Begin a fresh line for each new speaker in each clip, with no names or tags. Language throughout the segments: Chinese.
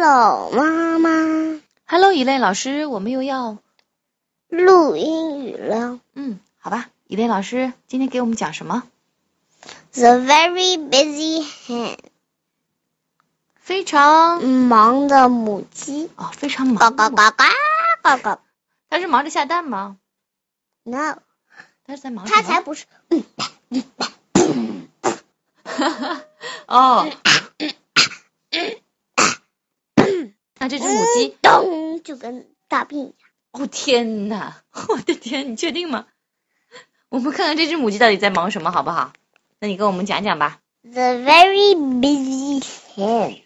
狗妈妈
Hello，以类老师，我们又要
录英语了。
嗯，好吧，以类老师今天给我们讲什么？
The very busy hen，
非常
忙的母鸡，
哦，非常
嘎
忙。
嘎嘎嘎嘎嘎。
他是忙着下蛋吗？
No，
他是在忙着
它
什么。
才不是。
哦。那这只母鸡，
咚，就跟大便一样。
哦天哪！ 我的天，你确定吗？我们看看这只母鸡到底在忙什么，好不好？那你跟我们讲讲吧。
The very busy hen.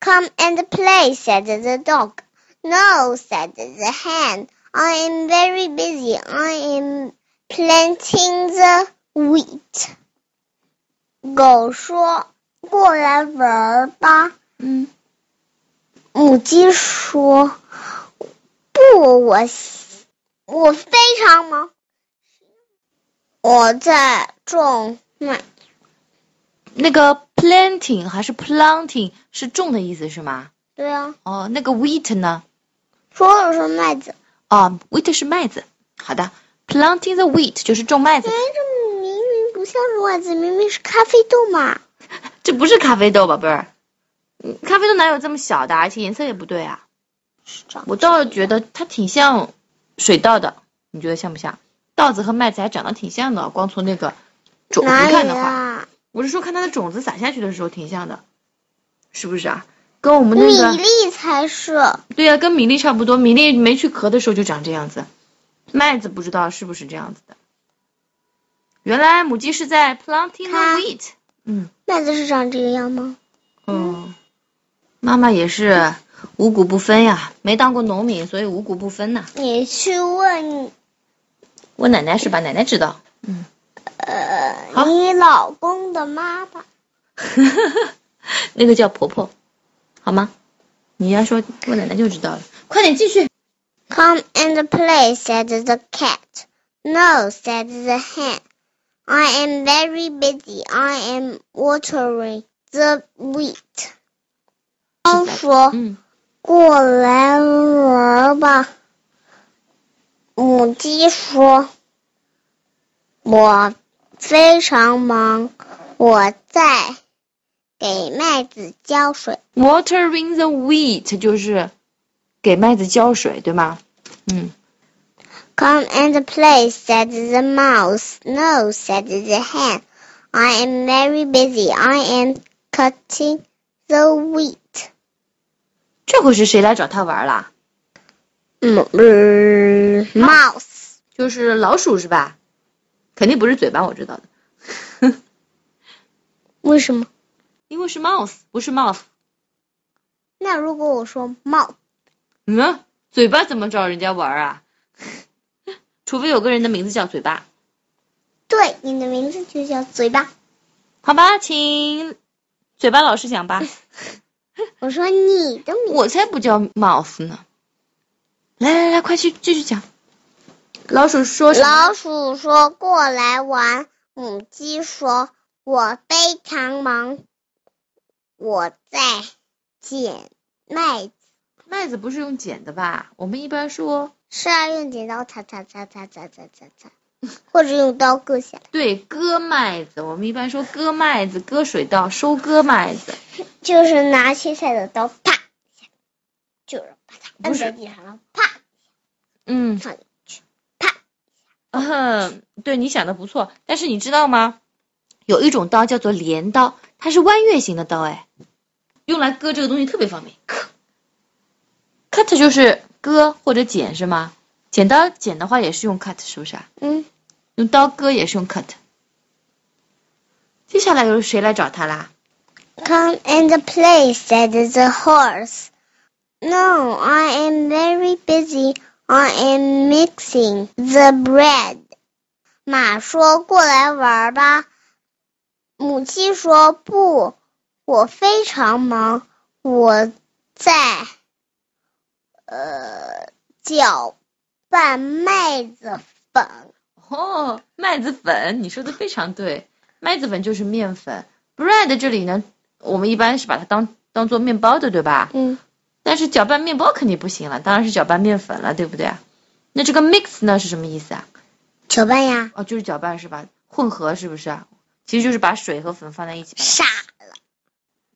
Come and play, said the dog. No, said the hen. I am very busy. I am planting the wheat. 狗说：“过来玩儿吧。
嗯，”
母鸡说：“不，我我非常忙，我在种麦。”
那个 planting 还是 planting 是种的意思是吗？
对啊，
哦，那个 wheat 呢？
说的是麦子。
哦，wheat 是麦子。好的，planting the wheat 就是种麦子
哎，。这明明不像是袜子，明明是咖啡豆嘛。
这不是咖啡豆，宝贝儿。嗯咖啡豆哪有这么小的？而且颜色也不对啊。
是这样
我倒是觉得它挺像水稻的，你觉得像不像？稻子和麦子还长得挺像的，光从那个种子
哪
看
里
的话，
啊？
我是说看它的种子撒下去的时候挺像的，是不是啊？跟我们
米
那个
粒才是。
对呀、跟米粒差不多，米粒没去壳的时候就长这样子，麦子不知道是不是这样子的。原来母鸡是在 planting the
它
wheat，嗯
麦子是长这个样吗？
嗯，妈妈也是五谷不分呀，没当过农民，所以五谷不分呐。
你去问
我奶奶是吧？奶奶知道。
呃
好
你老公的妈妈。
那个叫婆婆，好吗？你要说我奶奶就知道了。快点继续。
Come and play, said the cat. No, said the hen. I am very busy. I am watering the wheat. 猫说。
嗯，
过来玩儿吧。母鸡说：“我非常忙，我在给麦子浇水。
watering the wheat 就是给麦子浇水，对吗？嗯，
”Come and play, said the mouse. No, said the hen. I am very busy. I am cutting the wheat.
这回是谁来找他玩啦？
嗯嗯，mouse
就是老鼠是吧？肯定不是嘴巴，我知道的，
为什么？
因为是 mouse，不是 mouse。
那如果我说 mouse，
嗯，嘴巴怎么找人家玩啊？ 除非有个人的名字叫嘴巴，
对，你的名字就叫嘴巴。
好吧？请嘴巴老师讲吧。
我说你的名
我才不叫 mouse 呢！来来来，快去继续讲。老鼠说
字。
什么？
老鼠说过来玩，母鸡说我非常忙，我在捡麦子。
麦子不是用剪的吧？我们一般说
是啊，用剪刀擦擦擦擦擦擦擦擦， 或者用刀割下来。
对割麦子，我们一般说割麦子、割水稻、收割麦子。
就是拿切菜的刀啪一下，就是把它
不
摁
是
在地上，然后啪
嗯，
放进去，啪。
嗯， 对，你想的不错。但是你知道吗？有一种刀叫做镰刀，它是弯月形的刀，哎，用来割这个东西特别方便。cut cut 就是割或者剪是吗？剪刀剪的话也是用 cut 是不是啊？
嗯，
用刀割也是用 cut。接下来又是谁来找他啦？
Come and play, said the horse. No, I am very busy. I am mixing the bread. 马说：“过来玩儿吧。”母鸡说：“不，我非常忙，我在呃搅拌麦子粉。
哦，麦子粉，你说的非常对，麦子粉就是面粉。bread 这里呢，我们一般是把它当当做面包的，对吧？”
嗯，
但是搅拌面包肯定不行了，当然是搅拌面粉了，对不对啊？那这个 mix 呢是什么意思啊？
搅拌呀，
哦，就是搅拌是吧？混合是不是啊？其实就是把水和粉放在一起。
傻了，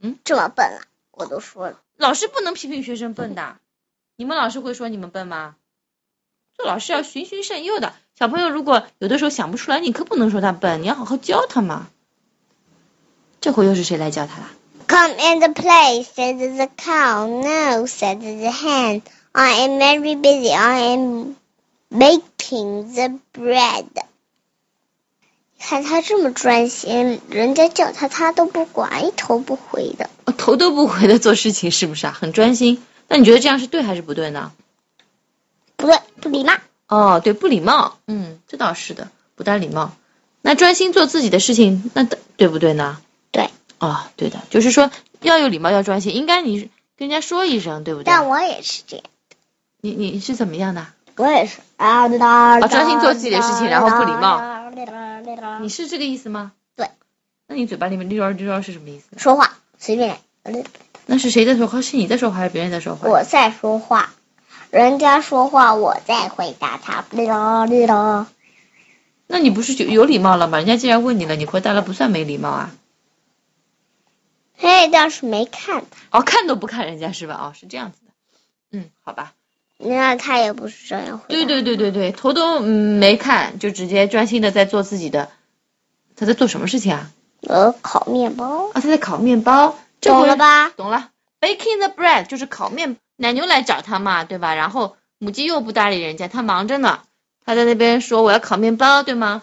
嗯，
这么笨了，我都说了，
老师不能批评学生笨的，你们老师会说你们笨吗？做老师要循循善诱的。小朋友如果有的时候想不出来，你可不能说他笨，你要好好教他嘛。这回又是谁来教他了？
Come and play, said the cow. No, said the hen. I am very busy. I am baking the bread. 看他这么专心，人家叫他他都不管，一头不回的。
哦头都不回的做事情，是不是啊？很专心。那你觉得这样是对还是不对呢？
不对，不礼貌。
哦，对，不礼貌。嗯，这倒是的，不大礼貌。那专心做自己的事情，那的对不对呢？
对。
哦，对的，就是说要有礼貌，要专心，应该你跟人家说一声，对不对？
但我也是这样，
你你是怎么样的？
我也是啊啊
专心做自己的事情然后不礼貌。你是这个意思吗？
对。
那你嘴巴里面溜儿溜儿是什么意思？
说话随便来，
那是谁在说话？是你在说话还是别人在说话？
我在说话，人家说话我在回答他。
那你不是就有礼貌了吗？人家既然问你了，你回答了不算没礼貌啊。
嘿，倒是没看他，
哦，看都不看人家是吧？哦，是这样子的。嗯，好吧。
你看他也不是这样回答。
对对对对对，头都嗯没看，就直接专心的在做自己的。他在做什么事情啊？
我烤面包，
啊，他在烤面包。这
懂
回
了？吧？
懂了。Baking the bread 就是烤面。奶牛来找他嘛，对吧？然后母鸡又不搭理人家，他忙着呢。他在那边说我要烤面包，对吗？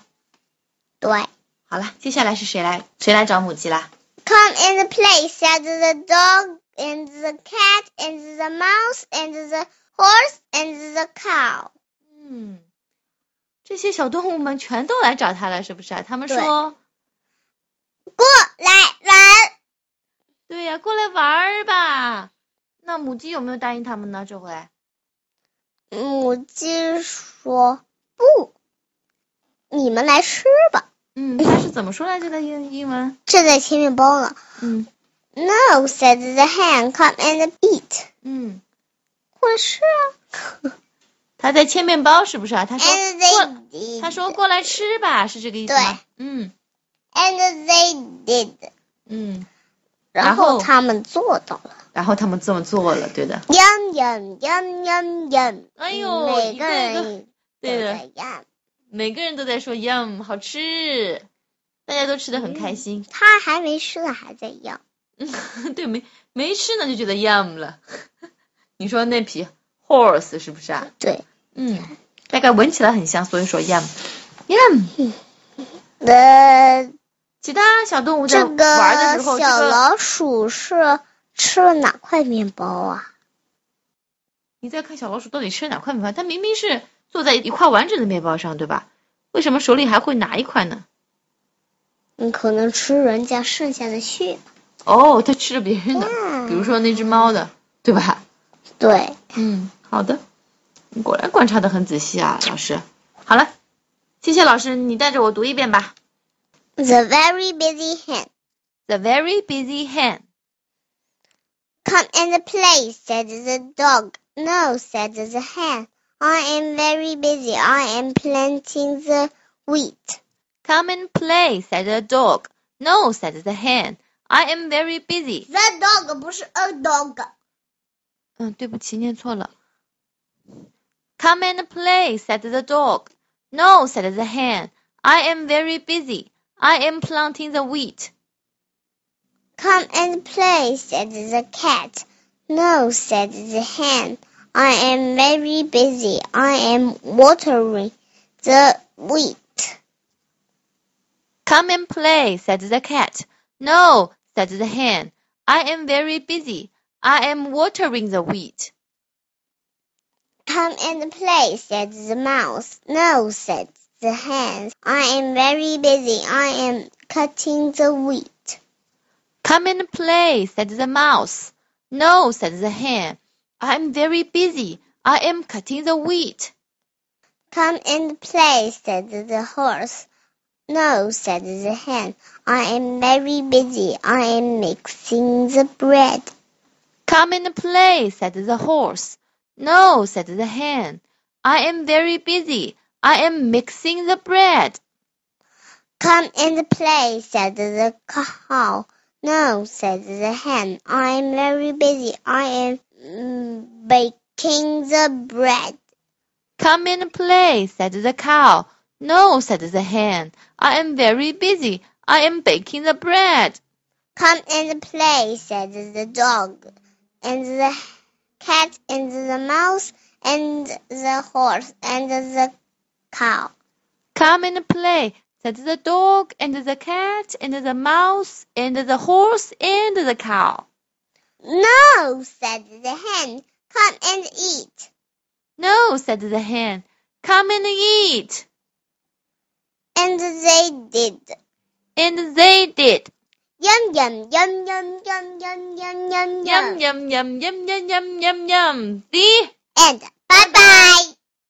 对。
好了，接下来是谁来谁来找母鸡啦？
Come and play, said the dog and the cat and the mouse and the horse and the cow.
嗯，这些小动物们全都来找他了，是不是啊？他们说，
来玩，
对呀、过来玩儿吧。那母鸡有没有答应他们呢？这回？
母鸡说不，你们来吃吧。
嗯，他是怎么说来着的英英文？
正在切面包呢。
嗯
No, said the hen. Come and eat.
嗯，
过来吃啊。
他在切面包是不是啊？他说
And they did.
他说过来吃吧，是这个意思吗？嗯
And they did.
嗯，
然
然
后
后
他们做到了。
然后他们这么做了，对的。
Yum yum yum yum yum。
哎呦
每
一
个
个一个
人
对的
都在 yum。
每个人都在说 yum 好吃，大家都吃的很开心。
他还没吃呢，还在要。
对，没没吃呢就觉得 yum 了。 你说那匹 horse 是不是啊？
对
嗯，大概闻起来很香，所以说 yum yum。
呃，
其他小动物在
这
玩的
个
时候，
小
这个
老鼠是吃了哪块面包啊？
你在看小老鼠到底吃哪块面包？它明明是坐在一块完整的面包上，对吧？为什么手里还会拿一块呢？
嗯，可能吃人家剩下的血。
哦，它吃了别人的，比如
嗯，
说那只猫的，对吧？
对，
嗯，好的，你果然观察的很仔细啊，老师。好了，谢谢老师，你带着我读一遍吧。
The very busy hen.
The very busy hen.
Come and play, said the dog. No, said the hen. I am very busy. I am planting the wheat.
Come and play, said the dog. No, said the hen. I am very busy.
The dog 不是 a dog.
嗯，对不起，念错了。Come and play, said the dog. No, said the hen. I am very busy. I am planting the wheat.
Come and play, said the cat. No, said the hen. I am very busy. I am watering the wheat.
Come and play, said the cat. No, said the hen. I am very busy. I am watering the wheat.
Come and play, said the mouse. No, said the hen. I am very busy. I am cutting the wheat.
Come and play, said the mouse. No, said the hen. I am very busy. I am cutting the wheat.
Come and play, said the horse. No, said the hen. I am very busy. I am mixing the bread.
Come and play, said the horse. No, said the hen. I am very busy. I am mixing the bread.
Come and play, said the cow. No, said the hen. I am very busy. I am mm, baking the bread.
Come and play, said the cow. No, said the hen. I am very busy. I am baking the bread.
Come and play, said the dog, and the cat, and the mouse, and the horse, and the cow.
Come and play, said the dog and the cat and the mouse and the horse and the cow.
No, said the hen. Come and eat.
No, said the hen. Come and eat.
And they did.
And they did.
Yum, yum, yum, yum, yum, yum, yum, yum,
Yum, yum, yum, yum, yum, yum, yum, yum. See?
And